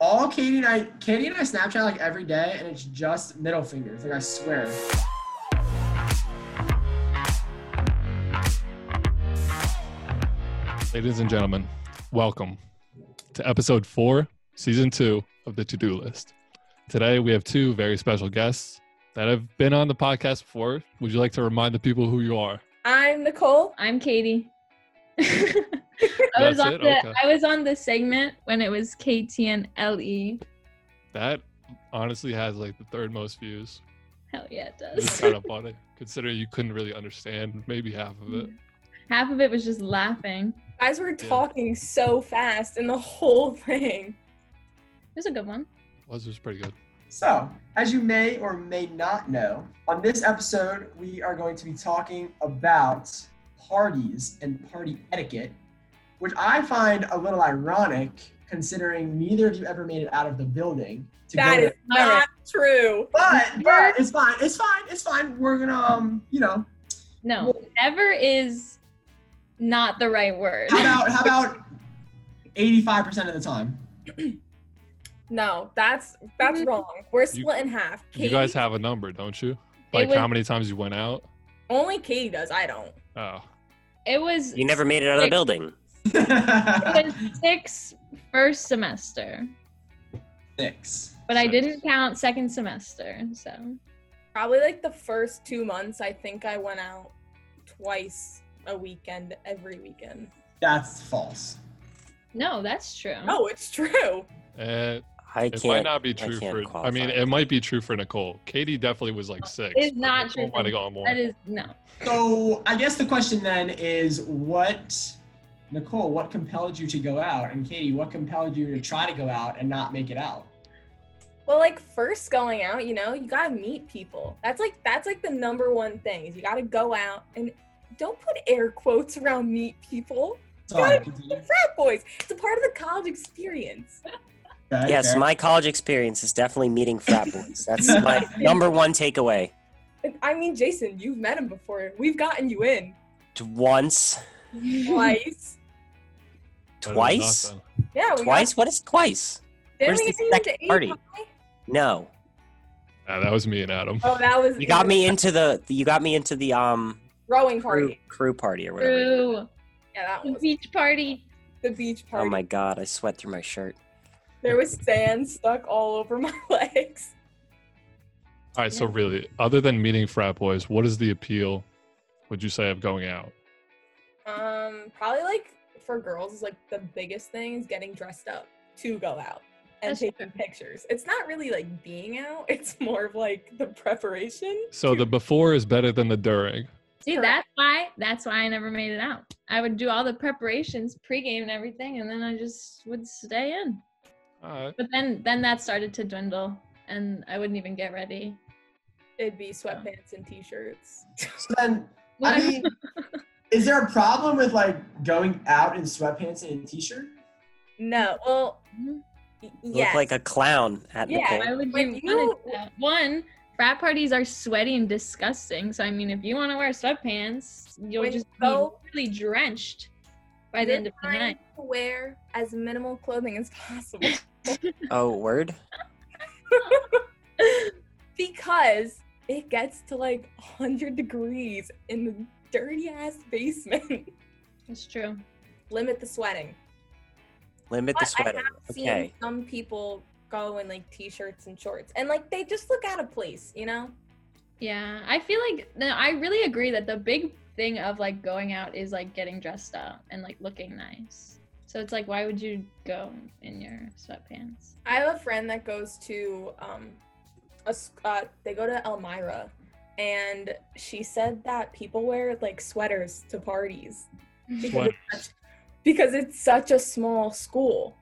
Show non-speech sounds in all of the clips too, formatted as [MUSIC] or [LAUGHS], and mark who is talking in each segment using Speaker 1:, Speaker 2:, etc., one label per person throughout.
Speaker 1: all Katie and I, Katie and I Snapchat like every day, and it's just middle fingers. Like I swear.
Speaker 2: Ladies and gentlemen, welcome to episode four, season two of the To Do List. Today we have two very special guests that have been on the podcast before. Would you like to remind the people who you are?
Speaker 3: I'm Nicole.
Speaker 4: I'm Katie. [LAUGHS] I
Speaker 2: That's
Speaker 4: was on
Speaker 2: it?
Speaker 4: the
Speaker 2: Okay.
Speaker 4: I was on the segment when it was KT and E. LE.
Speaker 2: That honestly has like the third most views.
Speaker 4: Hell yeah, it
Speaker 2: It's
Speaker 4: [LAUGHS] does.
Speaker 2: kind of funny considering you couldn't really understand maybe half of it.
Speaker 4: [LAUGHS] Half of it was just laughing. It
Speaker 3: Guys were talking so fast in the whole thing.
Speaker 2: [LAUGHS]
Speaker 4: was a good one.
Speaker 2: Was was pretty good.
Speaker 1: So, as you may or may not know, on this episode, we are going to be talking about parties and party etiquette, which I find a little ironic considering neither of you ever made it out of the building to
Speaker 3: That
Speaker 1: go
Speaker 3: is
Speaker 1: to.
Speaker 3: not true.
Speaker 1: But, but it's fine. It's fine. It's fine. We're gonna, um, you know,
Speaker 4: No, never is not the right word.
Speaker 1: how about how about eighty-five percent of the time? [LAUGHS]
Speaker 3: No, that's that's wrong. We're split in half. Katie,
Speaker 2: Mm-hmm. You guys have a number, don't you? Like
Speaker 4: was-
Speaker 2: how many times you went out?
Speaker 3: only Katie does. I don't.
Speaker 2: Oh,
Speaker 4: It was
Speaker 5: You never made it out of the
Speaker 4: Six.
Speaker 5: building.
Speaker 4: it was six first semester,
Speaker 1: Six.
Speaker 4: but I
Speaker 2: Six.
Speaker 4: didn't count second semester. So
Speaker 3: Probably like the first two months. I think I went out twice a weekend, every weekend.
Speaker 1: That's false.
Speaker 4: no, that's true.
Speaker 2: Mm-hmm.
Speaker 3: No, Oh, it's true.
Speaker 2: eh,
Speaker 5: I
Speaker 2: it
Speaker 5: can't.
Speaker 2: might not be
Speaker 5: I
Speaker 2: true
Speaker 5: can't
Speaker 2: for. I
Speaker 5: qualify.
Speaker 2: mean, it might be true for Nicole. Katie definitely was like six.
Speaker 4: It's
Speaker 2: but
Speaker 4: not
Speaker 2: Nicole
Speaker 4: true for
Speaker 2: Might
Speaker 4: me.
Speaker 2: have gone more.
Speaker 4: that is no.
Speaker 1: So I guess the question then is what Nicole, what compelled you to go out? And Katie, what compelled you to try to go out and not make it out?
Speaker 3: Well, like first going out, you know, you gotta meet people. That's like that's like the number one thing is you gotta go out and don't put air quotes around meet people.
Speaker 1: Sorry, continue.
Speaker 3: Frat boys. It's a part of the college experience.
Speaker 1: Okay,
Speaker 5: Yes,
Speaker 1: fair.
Speaker 5: my college experience is definitely meeting frat boys.
Speaker 3: [LAUGHS]
Speaker 5: That's my number one takeaway.
Speaker 3: And, I mean, Jason, you've met him before. We've gotten you
Speaker 4: [LAUGHS]
Speaker 3: in
Speaker 5: T- Once,
Speaker 3: twice.
Speaker 2: Better than
Speaker 5: twice,
Speaker 2: nothing.
Speaker 3: Yeah, we
Speaker 5: twice. What is twice?
Speaker 3: Got,
Speaker 5: Where's
Speaker 3: didn't we
Speaker 5: the
Speaker 3: get you into
Speaker 5: second party?
Speaker 3: 85?
Speaker 5: No,
Speaker 2: Yeah, that was me and Adam.
Speaker 3: Oh, that was
Speaker 5: you got me into the. You got me into the um
Speaker 3: rowing
Speaker 5: crew
Speaker 3: party.
Speaker 5: crew party or whatever.
Speaker 4: True.
Speaker 3: Yeah, that
Speaker 4: The
Speaker 3: was
Speaker 4: beach party.
Speaker 3: the beach
Speaker 5: Oh
Speaker 3: party.
Speaker 5: my god, I sweat through my shirt.
Speaker 3: There was sand stuck all over my [LAUGHS] legs.
Speaker 2: All right, so really, other than meeting frat boys, what is the appeal? Would you say of going out?
Speaker 3: Um, probably like for girls is like the biggest thing is getting dressed up to go out and
Speaker 4: That's
Speaker 3: taking pictures. It's not really like being out. [LAUGHS] It's more of like the preparation.
Speaker 2: So the before is better than the during.
Speaker 4: See,
Speaker 3: Correct.
Speaker 4: that's why that's why I never made it out. I would do all the preparations, pregame and everything, and then I just would stay in.
Speaker 2: All right.
Speaker 4: But then then that started to dwindle and I wouldn't even get ready.
Speaker 3: It'd be sweatpants and t-shirts.
Speaker 1: So then I mean is there a problem with like going out in sweatpants and a t-shirt?
Speaker 3: No, well,
Speaker 4: Mhm.
Speaker 3: y-
Speaker 5: You
Speaker 3: yes.
Speaker 5: Look like a clown at
Speaker 3: Yeah.
Speaker 5: Nicole.
Speaker 4: why would
Speaker 3: When
Speaker 4: you, wanna do
Speaker 3: you-
Speaker 4: that? one frat parties are sweaty and disgusting. So I mean if you want to wear sweatpants, you'll
Speaker 3: When
Speaker 4: just
Speaker 3: you go-
Speaker 4: be really drenched by the
Speaker 3: You're
Speaker 4: end of the
Speaker 3: trying
Speaker 4: night.
Speaker 3: to wear as minimal clothing as
Speaker 4: [LAUGHS]
Speaker 3: possible
Speaker 5: Oh, word.
Speaker 3: because it gets to like 100 degrees in the dirty ass basement. [LAUGHS]
Speaker 4: That's true.
Speaker 3: Limit the sweating.
Speaker 5: Limit the
Speaker 3: But I
Speaker 5: sweating.
Speaker 3: have seen
Speaker 5: Okay.
Speaker 3: some people go in like t-shirts and shorts and like they just look out of place, you know?
Speaker 4: Yeah, I feel like no, I really agree that the big thing of like going out is like getting dressed up and like looking nice. So it's like, why would you go in your sweatpants?
Speaker 3: I have a friend that goes to um a s- uh, they go to Elmira and she said that people wear like sweaters to parties. because
Speaker 2: Sweaters.
Speaker 3: it's, such, because it's such a small school.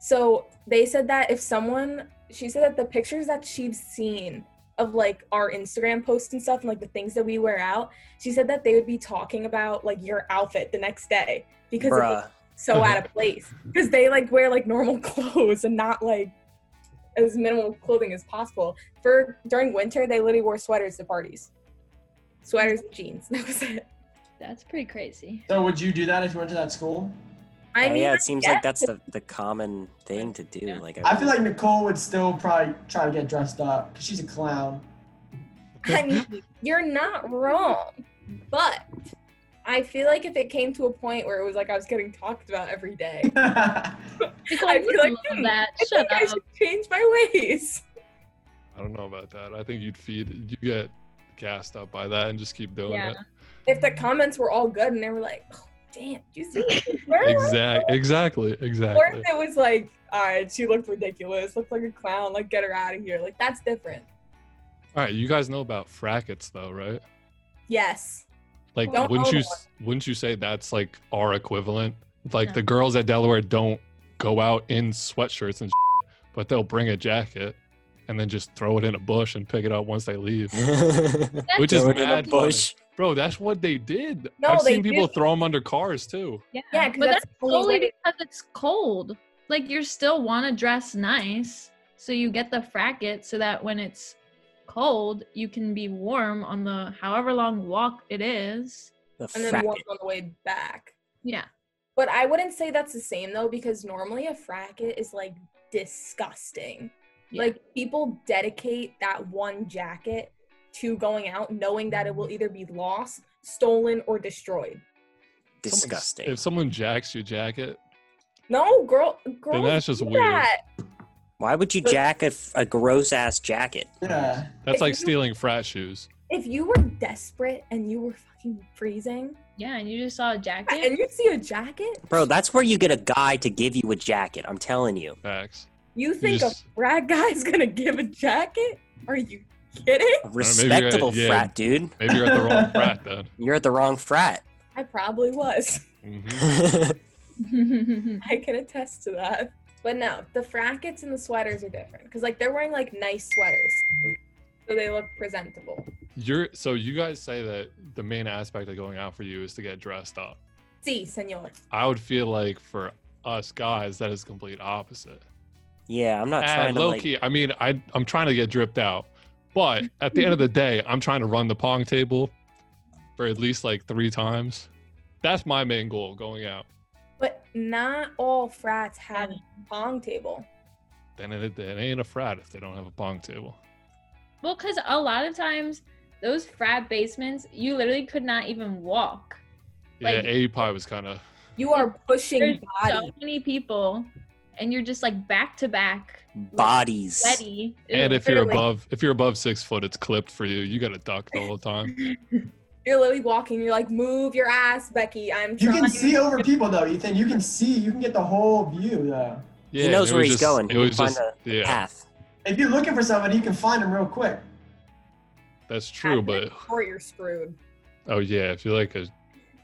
Speaker 3: So they said that if someone, she said that the pictures that she's seen of like our Instagram posts and stuff, and like the things that we wear out, she said that they would be talking about like your outfit the next day because it was
Speaker 5: Bruh.
Speaker 3: so out of place. Because they like wear like normal [LAUGHS] clothes and not like as minimal clothing as possible. For during winter, they literally wore sweaters to parties, sweaters and jeans. [LAUGHS] That was it.
Speaker 5: Oh,
Speaker 4: That's pretty crazy.
Speaker 1: So would you do that if you went to that school?
Speaker 3: I
Speaker 5: Uh,
Speaker 3: mean,
Speaker 5: yeah, it seems
Speaker 3: yeah.
Speaker 5: like that's the, the common thing to do.
Speaker 4: Yeah.
Speaker 5: Like
Speaker 1: I feel like Nicole would still probably try to get dressed up because she's a clown. [LAUGHS]
Speaker 3: [LAUGHS] I mean, you're not wrong, but I feel like if it came to a point where it was like I was getting talked about every day, [LAUGHS]
Speaker 4: Nicole,
Speaker 3: I
Speaker 4: you
Speaker 3: feel like,
Speaker 4: love
Speaker 3: hmm,
Speaker 4: that.
Speaker 3: I
Speaker 4: Shut
Speaker 3: think I
Speaker 4: up.
Speaker 3: should change my ways.
Speaker 2: I don't know about that. I think you'd feed, you get gassed up by that and just keep doing
Speaker 4: Yeah.
Speaker 2: it.
Speaker 3: If the comments were all good and they were like, oh, damn, you see what she wears?"
Speaker 2: Exact, exactly,
Speaker 3: Or
Speaker 2: exactly.
Speaker 3: if it was like, all right, she looked ridiculous, looked like a clown, like get her out of here. Like that's different.
Speaker 2: All right, you guys know about frackets though, right?
Speaker 3: Yes.
Speaker 2: Like,
Speaker 3: Don't
Speaker 2: wouldn't
Speaker 3: own
Speaker 2: you s- wouldn't you say that's like our equivalent? Like
Speaker 4: No.
Speaker 2: the girls at Delaware don't go out in sweatshirts and, shit, but they'll bring a jacket and then just throw it in a bush and pick it up once they
Speaker 5: [LAUGHS]
Speaker 2: leave.
Speaker 5: like
Speaker 4: That's
Speaker 5: [LAUGHS]
Speaker 2: Which is
Speaker 5: throwing in a
Speaker 2: mad
Speaker 5: bush.
Speaker 2: Bro, that's what they did.
Speaker 3: No,
Speaker 2: I've
Speaker 3: they
Speaker 2: seen people
Speaker 3: did.
Speaker 2: throw them under cars too.
Speaker 4: Yeah,
Speaker 3: Yeah, 'cause
Speaker 4: but
Speaker 3: that's
Speaker 4: that's,
Speaker 3: the only
Speaker 4: solely
Speaker 3: way-
Speaker 4: because it's cold. Like you still want to dress nice, so you get the fracket so that when it's cold, you can be warm on the however long walk it is.
Speaker 5: The
Speaker 3: And then
Speaker 5: frack-
Speaker 3: walk on the way back.
Speaker 4: Yeah,
Speaker 3: But I wouldn't say that's the same though, because normally a fracket is like disgusting.
Speaker 4: Yeah.
Speaker 3: Like people dedicate that one jacket to going out knowing that it will either be lost, stolen, or destroyed.
Speaker 2: Someone's-
Speaker 5: disgusting.
Speaker 2: If someone jacks your jacket,
Speaker 3: No, girl, girl.
Speaker 2: that's just weird.
Speaker 5: Why would you
Speaker 3: But-
Speaker 5: jack a, gross ass jacket?
Speaker 1: yeah.
Speaker 2: that's
Speaker 3: If
Speaker 2: like
Speaker 3: you-
Speaker 2: stealing frat shoes.
Speaker 3: If you were desperate and you were fucking freezing
Speaker 4: yeah. And you just saw a jacket. [LAUGHS]
Speaker 3: and you see a jacket,
Speaker 5: Bro, that's where you get a guy to give you a jacket. I'm telling
Speaker 2: Uh,
Speaker 5: you.
Speaker 2: Facts.
Speaker 3: you think
Speaker 2: just-
Speaker 3: a frat guy's gonna give a jacket? Are you kidding?
Speaker 2: maybe you're
Speaker 5: A
Speaker 2: at-
Speaker 5: respectable
Speaker 2: uh, yeah.
Speaker 5: frat, dude.
Speaker 2: Maybe you're at the
Speaker 3: [LAUGHS]
Speaker 2: wrong frat then.
Speaker 5: You're at the
Speaker 2: [LAUGHS]
Speaker 5: wrong frat.
Speaker 3: I probably was. [LAUGHS]
Speaker 2: Mhm.
Speaker 3: I can attest to that. But no, the frackets and the sweaters are different because like they're wearing like nice sweaters, so they look presentable.
Speaker 2: You're so you guys say that the main aspect of going out for you is to get dressed up.
Speaker 3: See, senor.
Speaker 2: I would feel like for us guys that is complete opposite.
Speaker 5: yeah, I'm not
Speaker 2: And
Speaker 5: trying to
Speaker 2: low
Speaker 5: like.
Speaker 2: key, I mean, I I'm trying to get dripped out, but at the end of the day, I'm trying to run the pong table for at least like three times. That's my main goal going out.
Speaker 3: But not all frats have a pong table.
Speaker 2: Then it, it ain't a frat if they don't have a pong table.
Speaker 4: Well, because a lot of times those frat basements, you literally could not even walk.
Speaker 2: Yeah,
Speaker 4: Like-
Speaker 2: A pie was kind of
Speaker 3: You are
Speaker 4: There's
Speaker 3: pushing
Speaker 4: so
Speaker 3: body.
Speaker 4: many people, and you're just like back to back,
Speaker 5: bodies.
Speaker 4: sweaty.
Speaker 2: And
Speaker 4: Ew.
Speaker 2: if you're
Speaker 3: literally-
Speaker 2: above if you're above six foot, it's clipped for you. You got to duck the whole time.
Speaker 3: [LAUGHS] You're literally walking. You're like, move your ass, Becky. I'm
Speaker 1: You
Speaker 3: trying.
Speaker 1: can see over people though, Ethan. You can see. You can get the whole view though.
Speaker 2: Yeah,
Speaker 5: [LAUGHS] he knows
Speaker 2: it
Speaker 5: where
Speaker 2: was
Speaker 5: he's
Speaker 2: just-
Speaker 5: going.
Speaker 2: It was
Speaker 5: Find
Speaker 2: just
Speaker 5: a
Speaker 2: yeah,
Speaker 5: path.
Speaker 1: If you're looking for somebody, you can find them real quick.
Speaker 2: that's true. But
Speaker 3: or you're screwed.
Speaker 2: oh yeah, if you're like a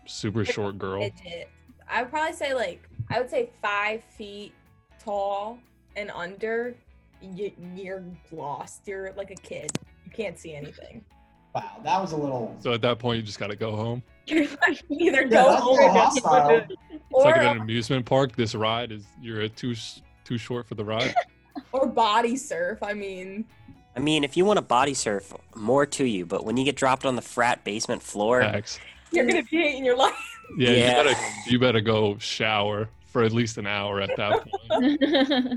Speaker 2: super short girl,
Speaker 3: Midget. I would probably say like I would say five feet tall and under. You, you're lost. You're like a kid. You can't see anything.
Speaker 1: Wow, that was a little.
Speaker 2: so at that point you just got to go home.
Speaker 3: [LAUGHS] Either
Speaker 1: Yeah,
Speaker 3: go
Speaker 1: that's a little
Speaker 3: over or
Speaker 1: hostile.
Speaker 2: It's like
Speaker 3: or,
Speaker 2: at an amusement park. This ride is you're too s- too short for the
Speaker 5: [LAUGHS]
Speaker 2: ride.
Speaker 3: or body surf. I mean,
Speaker 5: I mean, if you want to body surf, more to you. But when you get dropped on the frat basement floor,
Speaker 2: Facts.
Speaker 3: you're gonna be hating your life.
Speaker 2: Yeah,
Speaker 5: Yeah.
Speaker 2: you better you better go shower for at least an hour at that
Speaker 5: [LAUGHS]
Speaker 2: point.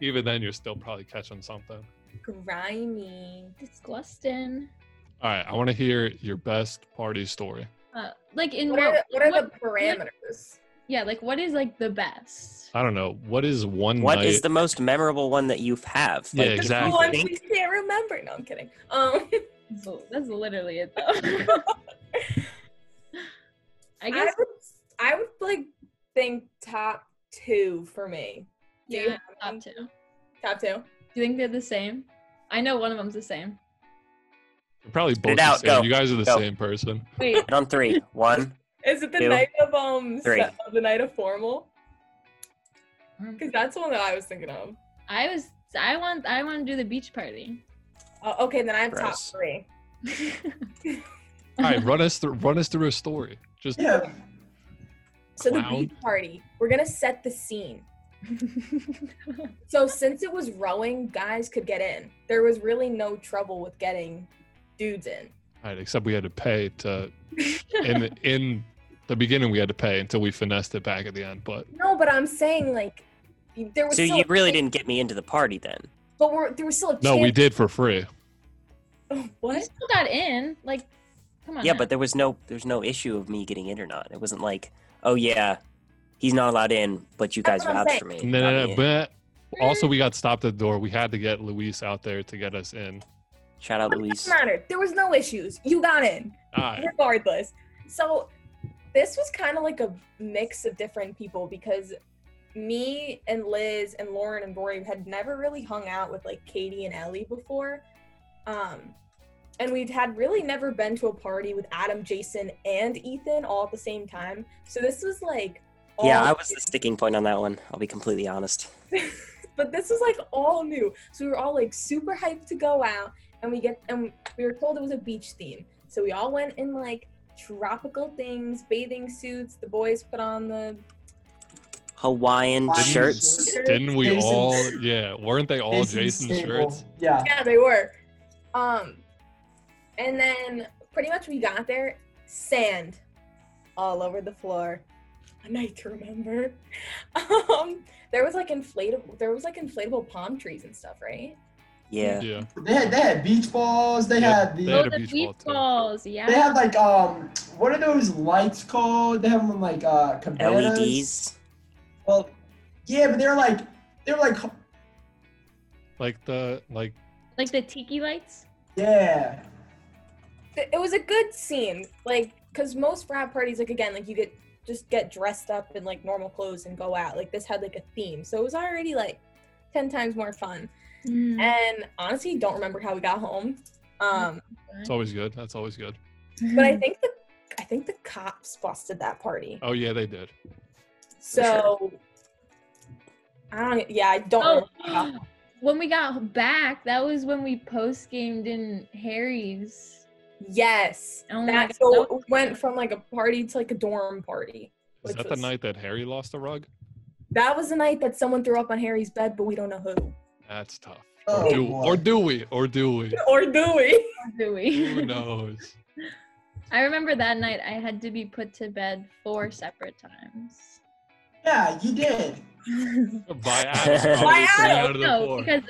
Speaker 2: Even then, you're still probably catching something.
Speaker 3: [LAUGHS] Grimy.
Speaker 4: [LAUGHS] Disgusting.
Speaker 2: All right, I want to hear your best party story.
Speaker 4: Uh, like in
Speaker 3: What
Speaker 4: what?
Speaker 3: are, what are
Speaker 4: what-
Speaker 3: the parameters?
Speaker 4: yeah, like what is like the best?
Speaker 2: I don't know what is one
Speaker 5: what
Speaker 2: night.
Speaker 5: is the most memorable one that you have?
Speaker 2: Yeah,
Speaker 5: do you
Speaker 2: exactly.
Speaker 3: Oh, I
Speaker 5: think-
Speaker 3: can't remember. No, I'm kidding. Um,
Speaker 4: That's- That's literally it though.
Speaker 3: [LAUGHS]
Speaker 4: I
Speaker 3: I,
Speaker 4: guess.
Speaker 3: would, I would like think top two for me. Do you
Speaker 4: yeah,
Speaker 3: have any?
Speaker 4: top two. Do
Speaker 3: Top two.
Speaker 4: you think they're the same? I know one of them's the same.
Speaker 2: You're probably both
Speaker 5: it
Speaker 2: the
Speaker 5: out,
Speaker 2: same.
Speaker 5: go,
Speaker 2: you guys are the
Speaker 5: go.
Speaker 2: same person.
Speaker 4: Wait,
Speaker 5: And on three. One.
Speaker 3: Is it the
Speaker 5: Two.
Speaker 3: night of um
Speaker 5: Three.
Speaker 3: se- the night of formal?
Speaker 4: Mm.
Speaker 3: Because that's the one that I was thinking of.
Speaker 4: I was. I want. I want to do the
Speaker 3: [LAUGHS]
Speaker 4: beach party.
Speaker 3: Uh, okay, then I have top
Speaker 5: Gross.
Speaker 3: three.
Speaker 2: All right, run us through run us through a story.
Speaker 5: [LAUGHS]
Speaker 2: Just
Speaker 1: Yeah.
Speaker 3: So the
Speaker 2: Clown.
Speaker 3: beach party. We're gonna set the scene. So since it was rowing, guys could get in. There was really no trouble with getting dudes in.
Speaker 5: [LAUGHS]
Speaker 2: All right, except we had to pay to in in The beginning we had to pay until we finessed it back at the end, but
Speaker 3: No, but I'm saying like you- there was.
Speaker 5: So
Speaker 3: still
Speaker 5: you
Speaker 3: a
Speaker 5: really
Speaker 3: chance-
Speaker 5: didn't get me into the party then.
Speaker 3: But we're, there was still a
Speaker 2: no, we
Speaker 3: chance-
Speaker 2: did for free.
Speaker 4: You
Speaker 3: what?
Speaker 4: still got in. Like, come on. [LAUGHS]
Speaker 5: Yeah,
Speaker 4: now.
Speaker 5: but there was no there's no issue of me getting in or not. It wasn't like, oh yeah, he's not allowed in, but you
Speaker 3: That's
Speaker 5: guys
Speaker 3: what I'm
Speaker 5: vouched for me.
Speaker 2: No,
Speaker 5: got
Speaker 2: no,
Speaker 5: me
Speaker 2: no.
Speaker 5: in.
Speaker 2: But also, we got stopped at the door. We had to get Luis out there to get us in.
Speaker 5: Shout out
Speaker 3: It
Speaker 5: Luis.
Speaker 3: doesn't matter. There was no issues. You got in
Speaker 2: All right.
Speaker 3: regardless. So this was kind of like a mix of different people because me and Liz and Lauren and Rory had never really hung out with like Katie and Ellie before. Um, and we'd had really never been to a party with Adam, Jason, and Ethan all at the same time. So this was like all
Speaker 5: Yeah, I was the sticking point on that one. I'll be completely honest.
Speaker 3: [LAUGHS] but this was like all new. So we were all like super hyped to go out, and we get and we were told it was a beach theme. So we all went in like tropical things, bathing suits. The boys put on the
Speaker 5: Hawaiian
Speaker 1: Hawaiian
Speaker 5: shirts.
Speaker 1: shirts.
Speaker 2: Didn't we
Speaker 1: Jason's-
Speaker 2: all? [LAUGHS] Yeah, weren't they all
Speaker 1: Jason
Speaker 2: Jason
Speaker 1: Staple.
Speaker 2: shirts?
Speaker 1: Yeah.
Speaker 3: yeah, they were. Um, and then pretty much we got there, sand all over the floor. A night to remember. [LAUGHS] Um, there was like inflatable. There was like inflatable palm trees and stuff, right?
Speaker 5: Yeah.
Speaker 2: Yeah.
Speaker 1: They had, they had beach balls. They
Speaker 2: Yeah,
Speaker 1: had the.
Speaker 2: they
Speaker 4: Oh,
Speaker 2: had a
Speaker 4: the
Speaker 2: beach
Speaker 4: beach,
Speaker 2: ball, too.
Speaker 4: balls. Yeah.
Speaker 1: They have like um, what are those lights called? They have them like uh,
Speaker 5: E
Speaker 1: cabanas.
Speaker 5: LEDs.
Speaker 1: Well, yeah, but they're like they're like
Speaker 2: Like the like
Speaker 4: like the tiki lights.
Speaker 1: yeah.
Speaker 3: th- it was a good scene like because most frat parties like again like you get just get dressed up in like normal clothes and go out like this had like a theme so it was already like 10 times more fun
Speaker 4: Mm.
Speaker 3: and honestly don't remember how we got home um
Speaker 2: it's always good. That's always good.
Speaker 4: Mm-hmm.
Speaker 3: but i think the i think the cops busted that party
Speaker 2: Oh yeah, they did.
Speaker 3: so i don't yeah i don't
Speaker 4: Oh,
Speaker 3: remember.
Speaker 4: [GASPS] when we got back, that was when we post gamed in Harry's.
Speaker 3: yes
Speaker 4: Oh my
Speaker 3: that
Speaker 4: God,
Speaker 3: so
Speaker 4: that
Speaker 3: it went from like a party to like a dorm party
Speaker 2: Is
Speaker 3: which
Speaker 2: that the
Speaker 3: was-
Speaker 2: night that Harry lost the rug?
Speaker 3: that was the night that someone threw up on harry's bed but we don't know who
Speaker 2: That's tough.
Speaker 1: Oh,
Speaker 2: or, do,
Speaker 1: boy.
Speaker 2: or do we? Or do we?
Speaker 3: or do we
Speaker 4: Do
Speaker 2: Who
Speaker 4: we?
Speaker 2: knows?
Speaker 4: [LAUGHS] I remember that night I had to be put to bed four separate times.
Speaker 1: Yeah, you did.
Speaker 2: By Adam.
Speaker 3: By
Speaker 2: obviously,
Speaker 3: Adam,
Speaker 2: out of the
Speaker 4: no,
Speaker 2: four.
Speaker 4: because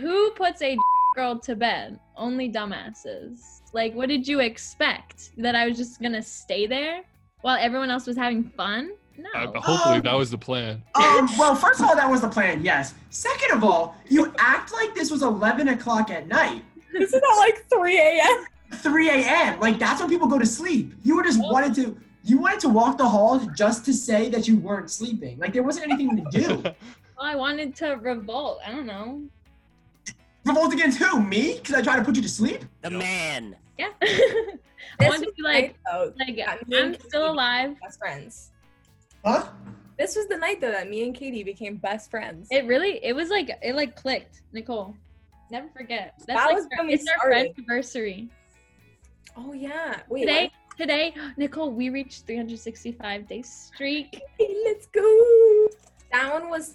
Speaker 4: who puts a [LAUGHS] girl to bed? Only dumbasses. Like, what did you expect? That I was just gonna stay there while everyone else was having fun? No.
Speaker 2: Uh, hopefully
Speaker 1: Um,
Speaker 2: that was the plan.
Speaker 1: Um, well, first of all, that was the plan. Yes. Second of all, you act like this was 11 o'clock at night,
Speaker 3: This is not like 3 a.m.
Speaker 1: 3 a.m. Like that's when people go to sleep. You were just wanted to. You wanted to walk the halls just to say that you weren't sleeping. Like there wasn't anything to
Speaker 2: [LAUGHS]
Speaker 1: do.
Speaker 4: Well, I wanted to revolt. I don't know.
Speaker 1: Revolt against who? Me? Because I tried to put you to sleep?
Speaker 5: The
Speaker 2: Yep.
Speaker 5: man.
Speaker 4: Yeah. [LAUGHS] I
Speaker 3: This was
Speaker 4: wanted to be like,
Speaker 3: oh,
Speaker 4: like
Speaker 3: Yeah, me
Speaker 4: I'm
Speaker 3: and
Speaker 4: still
Speaker 3: Katie.
Speaker 4: alive.
Speaker 3: best friends.
Speaker 1: Huh?
Speaker 3: This was the night though that me and Katie became best friends.
Speaker 4: It really, it was like, it like clicked. Nicole, never forget. That's
Speaker 3: That
Speaker 4: like
Speaker 3: was
Speaker 4: our-
Speaker 3: when we
Speaker 4: it's our
Speaker 3: started.
Speaker 4: anniversary.
Speaker 3: oh yeah. Wait.
Speaker 4: Today, today, [GASPS] Nicole, we reached 365 day streak.
Speaker 3: what- Hey, let's go. That one was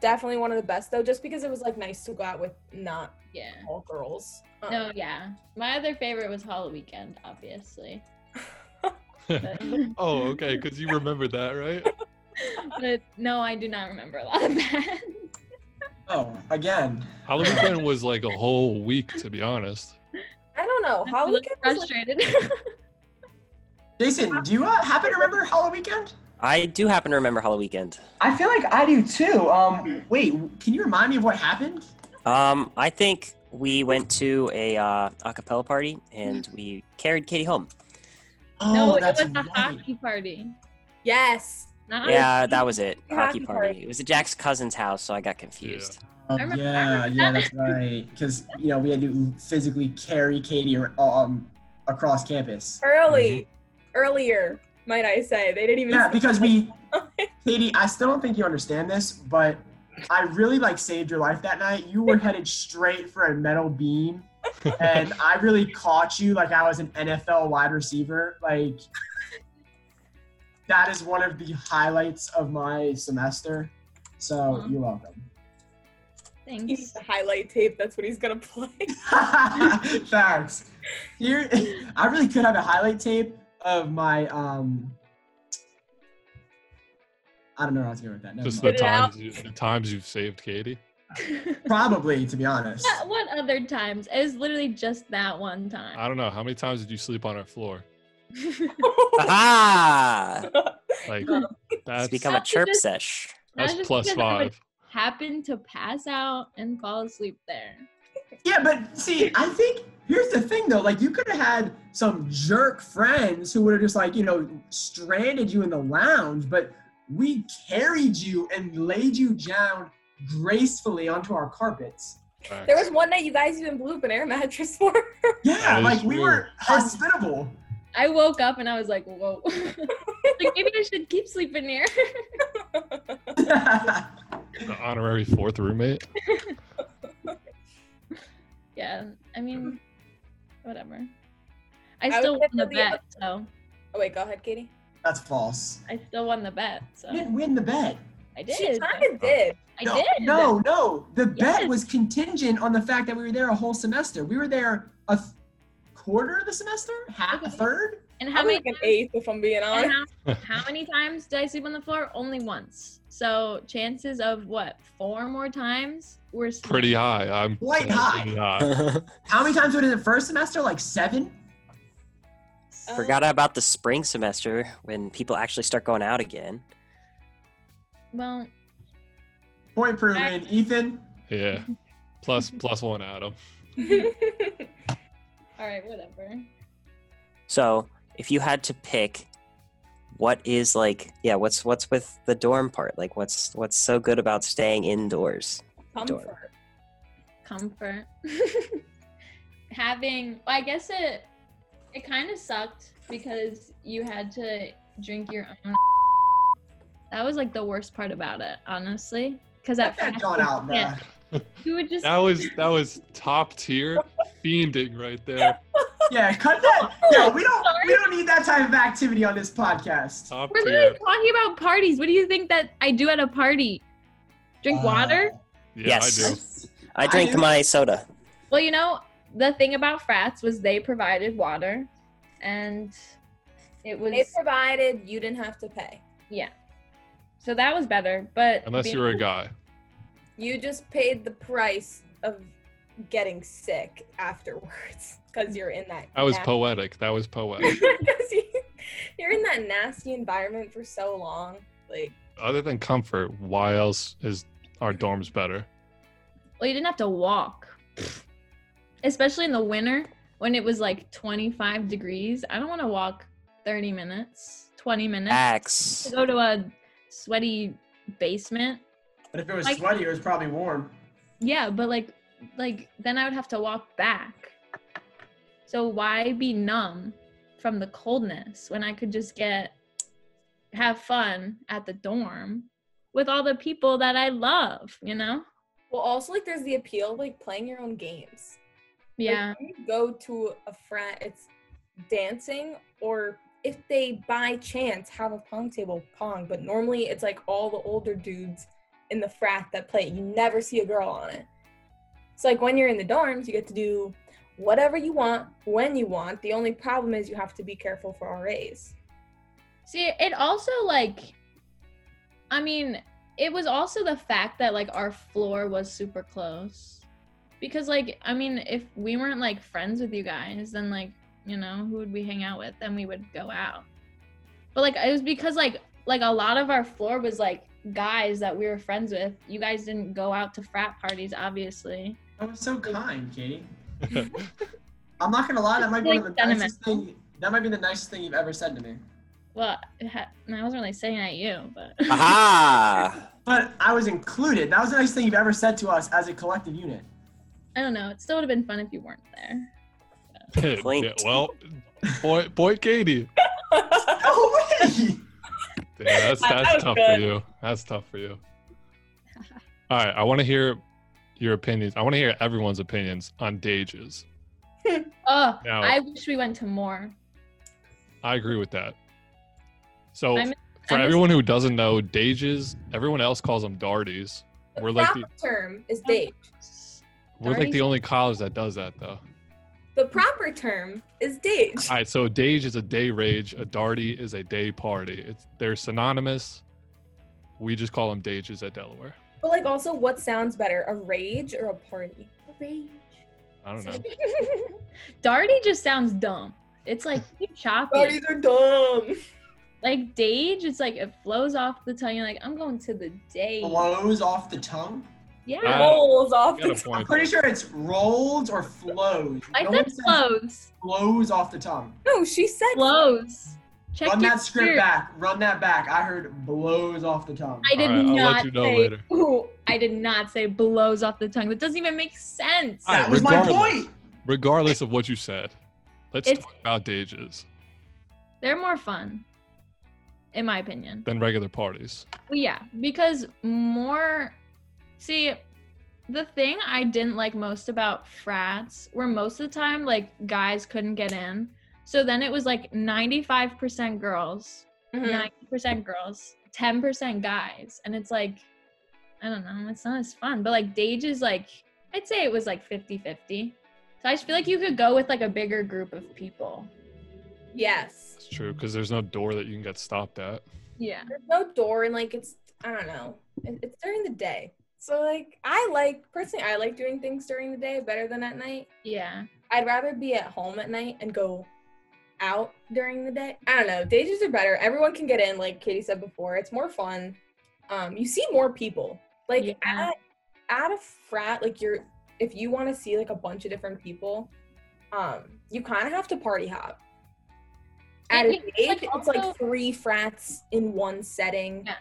Speaker 3: definitely one of the best though, just because it was like nice to go out with not
Speaker 4: Yeah.
Speaker 3: all girls. Um,
Speaker 4: No, yeah. My other favorite was Hollow Weekend,
Speaker 2: [LAUGHS]
Speaker 4: obviously. But,
Speaker 2: oh, okay, because you remember that, right?
Speaker 4: but no, I do not remember a lot of that.
Speaker 1: Oh, again.
Speaker 2: Halloween weekend was like a whole week, to be honest.
Speaker 3: I don't know.
Speaker 4: I
Speaker 3: Holly
Speaker 4: was
Speaker 3: Weekend was, like,
Speaker 4: frustrated. [LAUGHS]
Speaker 1: Jason, do you uh, happen to remember Halloween Weekend?
Speaker 5: I do happen to remember Hollow Weekend.
Speaker 1: I feel like I do too. Um, wait, can you remind me of what happened?
Speaker 5: Um, I think we went to a uh, acapella party and we carried Katie home.
Speaker 1: Oh,
Speaker 2: Oh,
Speaker 4: no, it was a hockey party.
Speaker 3: yes.
Speaker 4: Not
Speaker 5: Yeah, that was it.
Speaker 3: Happy
Speaker 5: Hockey
Speaker 3: party.
Speaker 5: party. It was at Jack's cousin's house, so I got confused. [LAUGHS]
Speaker 1: Um,
Speaker 4: I remember-
Speaker 1: yeah, yeah, that's right. Because you know we had to physically carry Katie ar- um across campus.
Speaker 3: Early, earlier, might I say? They didn't even. [LAUGHS]
Speaker 1: Yeah, because we, Katie, I still don't think you understand this, but I really like saved your life that night. You were headed straight for a metal beam, and I really caught you like I was an NFL wide receiver. Like that is one of the highlights of my semester. So
Speaker 4: Aw.
Speaker 1: you're welcome. [LAUGHS]
Speaker 3: He
Speaker 4: Thanks.
Speaker 3: needs the highlight tape. That's what he's gonna play. [LAUGHS]
Speaker 1: [LAUGHS] Thanks. Here, I really could have a highlight tape of my um I don't know how to go with that. Never
Speaker 2: Just the
Speaker 1: mind.
Speaker 3: Spit it out.
Speaker 2: times, you, the times you've saved Katie.
Speaker 4: [LAUGHS]
Speaker 1: Probably, to be honest.
Speaker 4: what, what other times? It was literally just that one
Speaker 2: I
Speaker 4: [LAUGHS] time.
Speaker 2: don't know how many times did you sleep on our floor.
Speaker 5: Ah,
Speaker 2: Like
Speaker 3: No.
Speaker 5: it's
Speaker 2: that's
Speaker 5: become
Speaker 4: Now
Speaker 5: a
Speaker 4: you
Speaker 5: chirp
Speaker 4: just-
Speaker 2: [LAUGHS]
Speaker 5: sesh.
Speaker 2: that's
Speaker 4: Not just
Speaker 2: plus
Speaker 4: because I would
Speaker 2: five.
Speaker 4: Happen to pass out and fall asleep there.
Speaker 1: Yeah, but see, I think here's the thing though. Like, you could have had some jerk friends who would have just like you know stranded you in the lounge, but we carried you and laid you down gracefully onto our carpets.
Speaker 2: Facts.
Speaker 3: There was one night you guys even blew up an air mattress for.
Speaker 1: Yeah,
Speaker 2: That is
Speaker 1: like we
Speaker 2: true.
Speaker 1: were hospitable. [LAUGHS]
Speaker 4: I woke up and I was like, whoa. [LAUGHS] like maybe I should keep sleeping here.
Speaker 1: yeah,
Speaker 2: the honorary fourth roommate.
Speaker 4: yeah. I mean, whatever. I
Speaker 3: Mm-hmm. I
Speaker 4: still
Speaker 3: would
Speaker 4: won
Speaker 3: get
Speaker 4: the
Speaker 3: to the
Speaker 4: bet, so
Speaker 3: Oh wait, go ahead, Katie.
Speaker 1: that's false.
Speaker 4: I still won the bet. So
Speaker 1: You didn't win the bet.
Speaker 4: I
Speaker 3: She
Speaker 4: did.
Speaker 3: kind of did.
Speaker 4: I
Speaker 1: no,
Speaker 4: did.
Speaker 1: No, no. The bet
Speaker 4: Yes.
Speaker 1: was contingent on the fact that we were there a whole semester. We were there a th- quarter of the semester, half, a
Speaker 4: Okay.
Speaker 1: third.
Speaker 4: And how
Speaker 3: How
Speaker 4: many
Speaker 3: like an eighth, if I'm being
Speaker 4: And
Speaker 3: honest.
Speaker 4: how, how many times did I sleep on the floor? Only once. So chances of what four more times were sleep-
Speaker 2: Pretty high. I'm
Speaker 1: Quite
Speaker 2: yeah,
Speaker 1: high.
Speaker 2: pretty high.
Speaker 5: Forgot
Speaker 1: How many times was it the first semester? Like seven.
Speaker 3: Uh,
Speaker 4: [LAUGHS]
Speaker 5: about the spring semester when people actually start going out again.
Speaker 4: Well,
Speaker 1: Point proven, Ethan.
Speaker 2: Yeah. Plus plus one Adam.
Speaker 4: all right, whatever.
Speaker 5: So if you had to pick, what is like? Yeah, what's what's with the dorm part? Like, what's what's so good about staying indoors?
Speaker 3: Comfort.
Speaker 4: Comfort. [LAUGHS] Having, well, I guess it, it kind of sucked because you had to drink your own. [LAUGHS] That was like the worst part about it, honestly. Because at
Speaker 1: That
Speaker 4: first
Speaker 1: gone
Speaker 4: you
Speaker 1: out,
Speaker 4: can't-
Speaker 1: bruh.
Speaker 4: You would just
Speaker 2: That was that was top tier fiending right there.
Speaker 1: Yeah, cut
Speaker 4: [LAUGHS]
Speaker 1: that. Yeah, we don't we don't need that type of activity on this podcast.
Speaker 2: Top
Speaker 4: We're
Speaker 2: tier.
Speaker 4: literally talking about parties. What do you think that I do at a party? Drink
Speaker 1: Uh,
Speaker 4: water?
Speaker 2: Yeah, I do.
Speaker 5: Yes. I
Speaker 1: I
Speaker 5: drink
Speaker 1: do.
Speaker 5: my soda.
Speaker 4: Well, you know, the thing about frats was they provided water and it was
Speaker 3: They provided you didn't have to pay.
Speaker 4: yeah. So that was better, but
Speaker 2: Unless
Speaker 4: being-
Speaker 2: you were a guy.
Speaker 3: You just paid the price of getting sick afterwards because you're in that.
Speaker 2: That was
Speaker 3: nasty-
Speaker 2: poetic. That was poetic.
Speaker 3: [LAUGHS] 'Cause you- you're in that nasty environment for so long. Like
Speaker 2: Other than comfort, why else is our dorms better? [LAUGHS]
Speaker 4: well, you didn't have to walk. Especially in the winter when it was like 25 degrees. I don't want to walk 30 minutes, 20 minutes to [LAUGHS]
Speaker 5: Axe.
Speaker 4: go to a sweaty basement.
Speaker 1: But if it was
Speaker 4: Like-
Speaker 1: sweaty, it was probably warm.
Speaker 4: Yeah, but like like then I would have to walk back. So why be numb from the coldness when I could just get have fun at the dorm with all the people that I love, you know?
Speaker 3: well, also like there's the appeal of like playing your own games. Like,
Speaker 4: Yeah.
Speaker 3: when you go to a frat, it's dancing, or if they by chance have a pong table, pong. But normally it's like all the older dudes in the frat that play. it. You never see a girl on it. So, like when you're in the dorms, you get to do whatever you want, when you want. The only problem is you have to be careful for RAs.
Speaker 4: See, it also like I mean, it was also the fact that like our floor was super close. Because like I mean, if we weren't like friends with you guys, then like, you know, who would we hang out with? Then we would go out. But like it was because like like a lot of our floor was like guys that we were friends with. You guys didn't go out to frat parties, obviously.
Speaker 1: That was so kind, Katie. I'm not gonna lie, that might be one of
Speaker 4: Like
Speaker 1: the nicest
Speaker 4: sentimental.
Speaker 1: thing. That might be the nicest thing you've ever said to me.
Speaker 4: Well, it ha- I wasn't really saying at you, but
Speaker 5: Uh-huh. Aha!
Speaker 1: But I was included. That was the nicest thing you've ever said to us as a collective unit.
Speaker 4: [LAUGHS] I don't know. It still would have been fun if you weren't there.
Speaker 2: yeah,
Speaker 5: Point.
Speaker 2: well, point, point Katie.
Speaker 1: No way.
Speaker 2: Damn, that's
Speaker 3: That- that
Speaker 4: [LAUGHS]
Speaker 2: that's
Speaker 3: was
Speaker 2: tough for
Speaker 3: good.
Speaker 2: you. That's tough for you. All right, I want to hear your opinions. I want to hear everyone's opinions on Dages.
Speaker 4: Oh,
Speaker 2: Now,
Speaker 4: I wish we went to more.
Speaker 2: I agree with that. So,
Speaker 4: I'm-
Speaker 2: for
Speaker 4: I'm a-
Speaker 2: everyone who doesn't know, Dages, everyone else calls them Darties.
Speaker 3: The
Speaker 2: We're like
Speaker 3: proper
Speaker 2: the,
Speaker 3: term is date.
Speaker 2: we're like
Speaker 4: Darties?
Speaker 2: the only college that does that though.
Speaker 3: The proper term is date.
Speaker 2: All right, so Dage is a day rage, a Darty is a day party. It's they're synonymous. We just call them Dages at Delaware.
Speaker 3: But like, also, what sounds better, a rage or a party?
Speaker 4: Rage.
Speaker 2: I don't know.
Speaker 3: [LAUGHS]
Speaker 4: Darty just sounds dumb. It's
Speaker 2: [LAUGHS]
Speaker 4: like keep chopping.
Speaker 3: Parties are dumb.
Speaker 4: Like Dage, it's like it flows off the tongue. You're like, I'm going to the day.
Speaker 1: Flows off the tongue.
Speaker 4: Yeah.
Speaker 2: Uh,
Speaker 3: Rolls off
Speaker 2: You
Speaker 3: the
Speaker 2: got a
Speaker 3: [LAUGHS]
Speaker 4: [LAUGHS]
Speaker 1: I'm
Speaker 2: point.
Speaker 1: pretty sure it's rolls or flows.
Speaker 4: I
Speaker 1: No one
Speaker 4: said
Speaker 1: says
Speaker 4: flows.
Speaker 1: flows off the tongue.
Speaker 3: No, Oh, she said
Speaker 4: Blows. Check
Speaker 1: Run
Speaker 4: your
Speaker 1: that script
Speaker 4: ear.
Speaker 1: back. Run that back. I heard blows off the tongue.
Speaker 4: I did
Speaker 2: All right, I'll
Speaker 4: not
Speaker 2: let you know
Speaker 4: say.
Speaker 2: later.
Speaker 4: Ooh, I did not say blows off the tongue. That doesn't even make sense.
Speaker 2: All right,
Speaker 1: that was my
Speaker 2: regardless.
Speaker 1: point.
Speaker 2: Regardless of what you said, let's
Speaker 4: It's-
Speaker 2: talk about Dages
Speaker 4: They're more fun, in my opinion.
Speaker 2: than regular parties.
Speaker 4: Well, yeah, because more. See, the thing I didn't like most about frats were most of the time, like, guys couldn't get in. So then it was like 95% girls,
Speaker 3: Mhm.
Speaker 4: 90% girls, 10% guys. And it's like, I don't know, it's not as fun. But like, Dage is like, I'd say it was like 50 50. So I just feel like you could go with like a bigger group of people.
Speaker 3: Yes.
Speaker 2: It's true because there's no door that you can get stopped at.
Speaker 4: Yeah.
Speaker 3: There's no door, and like it's I don't know. It- It's during the day, so like I like personally I like doing things during the day better than at night.
Speaker 4: Yeah.
Speaker 3: I'd rather be at home at night and go out during the day. I don't know. Days are better. Everyone can get in, like Katie said before. It's more fun. Um, you see more people. Like
Speaker 4: Yeah.
Speaker 3: at, at a frat, like you're if you want to see like a bunch of different people, um, you kind of have to party hop. At
Speaker 4: And
Speaker 3: a
Speaker 4: it's, like,
Speaker 3: date, it's like
Speaker 4: also-
Speaker 3: three frats in one setting.
Speaker 4: Yeah.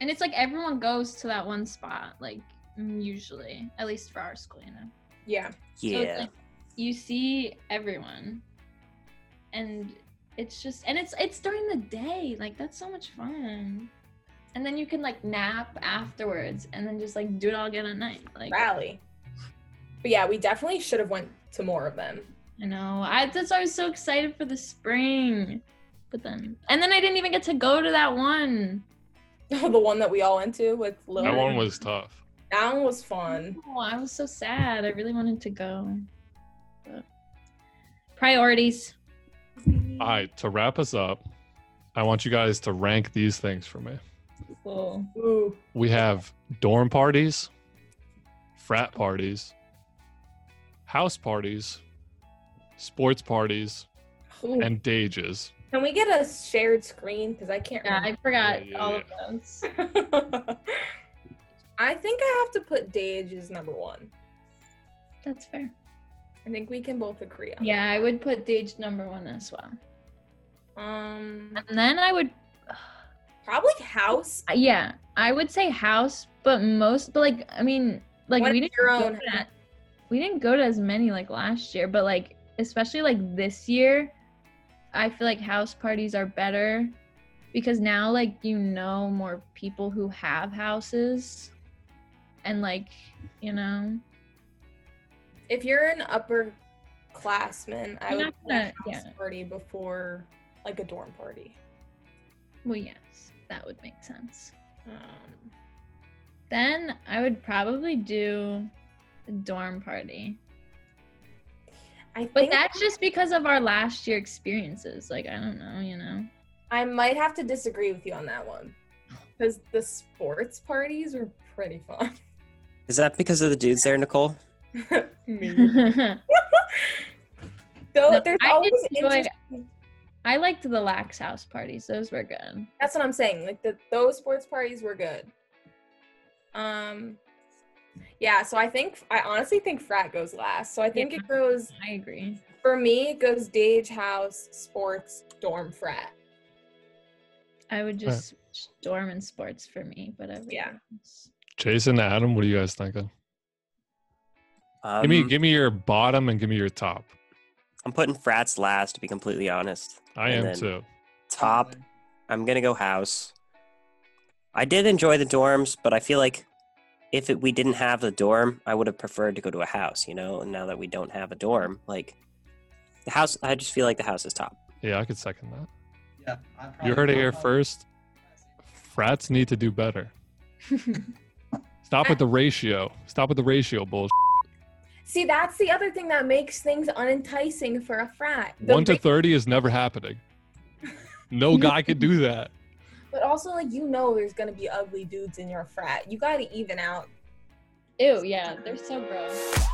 Speaker 4: And it's like everyone goes to that one spot, like mm, usually, at least for our school, you know.
Speaker 3: Yeah.
Speaker 4: So it's
Speaker 5: Yeah.
Speaker 4: like you see everyone, and it's just and it's it's during the day, like that's so much fun. And then you can like nap afterwards, and then just like do it all again at night. Like
Speaker 3: Rally. But yeah, we definitely should have went to more of them. [LAUGHS]
Speaker 4: I know, I that's why I was so excited for the spring, but then and then I didn't even get to go to that one.
Speaker 3: the one that we all went to with Lil.
Speaker 2: That
Speaker 4: Yeah.
Speaker 2: one was tough.
Speaker 3: That one was fun.
Speaker 4: Oh, I was so sad. I really wanted to go. But priorities.
Speaker 2: All right, to wrap us up, I want you guys to rank these things for me.
Speaker 4: Cool.
Speaker 3: Ooh.
Speaker 2: We have dorm parties, frat parties, house parties, sports parties, and dages.
Speaker 3: Can we get a shared screen? Because I can't
Speaker 4: Yeah, I forgot
Speaker 2: Yeah, yeah,
Speaker 4: all of those.
Speaker 3: remember. [LAUGHS] I think I have to put Dage as number one.
Speaker 4: That's fair.
Speaker 3: I think we can both agree on
Speaker 4: Yeah, I would put Dage number one as well.
Speaker 3: that. Um,
Speaker 4: And then I would,
Speaker 3: probably House.
Speaker 4: yeah, I would say house, but most, but like, I mean, like
Speaker 3: What
Speaker 4: we
Speaker 3: is
Speaker 4: didn't,
Speaker 3: your
Speaker 4: go
Speaker 3: own
Speaker 4: to that- we didn't go to as many like last year, but like, especially like this year, I feel like house parties are better because now like you know more people who have houses and like, you know,
Speaker 3: If you're an upper classman, I
Speaker 4: I'm
Speaker 3: would
Speaker 4: not
Speaker 3: put a house
Speaker 4: gonna- yeah.
Speaker 3: party before like a dorm party.
Speaker 4: well, yes, that would make sense.
Speaker 3: Um,
Speaker 4: Then I would probably do a dorm party.
Speaker 3: I think
Speaker 4: But that's just because of our last year experiences. Like, I don't know, you
Speaker 3: [LAUGHS]
Speaker 4: know?
Speaker 3: I might have to disagree with you on that one because the sports parties were pretty fun. [LAUGHS]
Speaker 5: Is that because of the dudes there, Nicole?
Speaker 3: Maybe. Though
Speaker 4: No,
Speaker 3: there's
Speaker 4: [LAUGHS] I
Speaker 3: always
Speaker 4: enjoyed-
Speaker 3: interesting-
Speaker 4: I liked the lax house parties, those were good.
Speaker 3: That's what I'm saying. Like the those sports parties were good. Um yeah, so I think I honestly think frat goes last. So I think it goes
Speaker 4: I agree.
Speaker 3: for me it goes Dage House, sports, dorm frat.
Speaker 4: I would just switch dorm and sports for me, whatever.
Speaker 3: Yeah.
Speaker 2: Jason, Adam, what are you guys thinking?
Speaker 5: Um,
Speaker 2: give me, give me your bottom and give me your top.
Speaker 5: I'm putting frats last, to be completely honest.
Speaker 2: I
Speaker 5: And
Speaker 2: am
Speaker 5: then
Speaker 2: too.
Speaker 5: Top, I'm gonna go house. I did enjoy the dorms, but I feel like if it, we didn't have the dorm, I would have preferred to go to a house. You know, and now that we don't have a dorm, like the house, I just feel like the house is top.
Speaker 2: Yeah, I could second that.
Speaker 1: Yeah, I probably-
Speaker 2: You heard it here first. Frats need to do
Speaker 3: [LAUGHS]
Speaker 2: better. Stop with the ratio. Stop with the ratio bullshit.
Speaker 3: See, that's the other thing that makes things unenticing for a frat. The
Speaker 2: One to
Speaker 3: ra-
Speaker 2: thirty is never happening. No guy could do that.
Speaker 3: But also, like, you know, there's gonna be ugly dudes in your frat. You gotta even out
Speaker 4: Ew, yeah, they're so gross.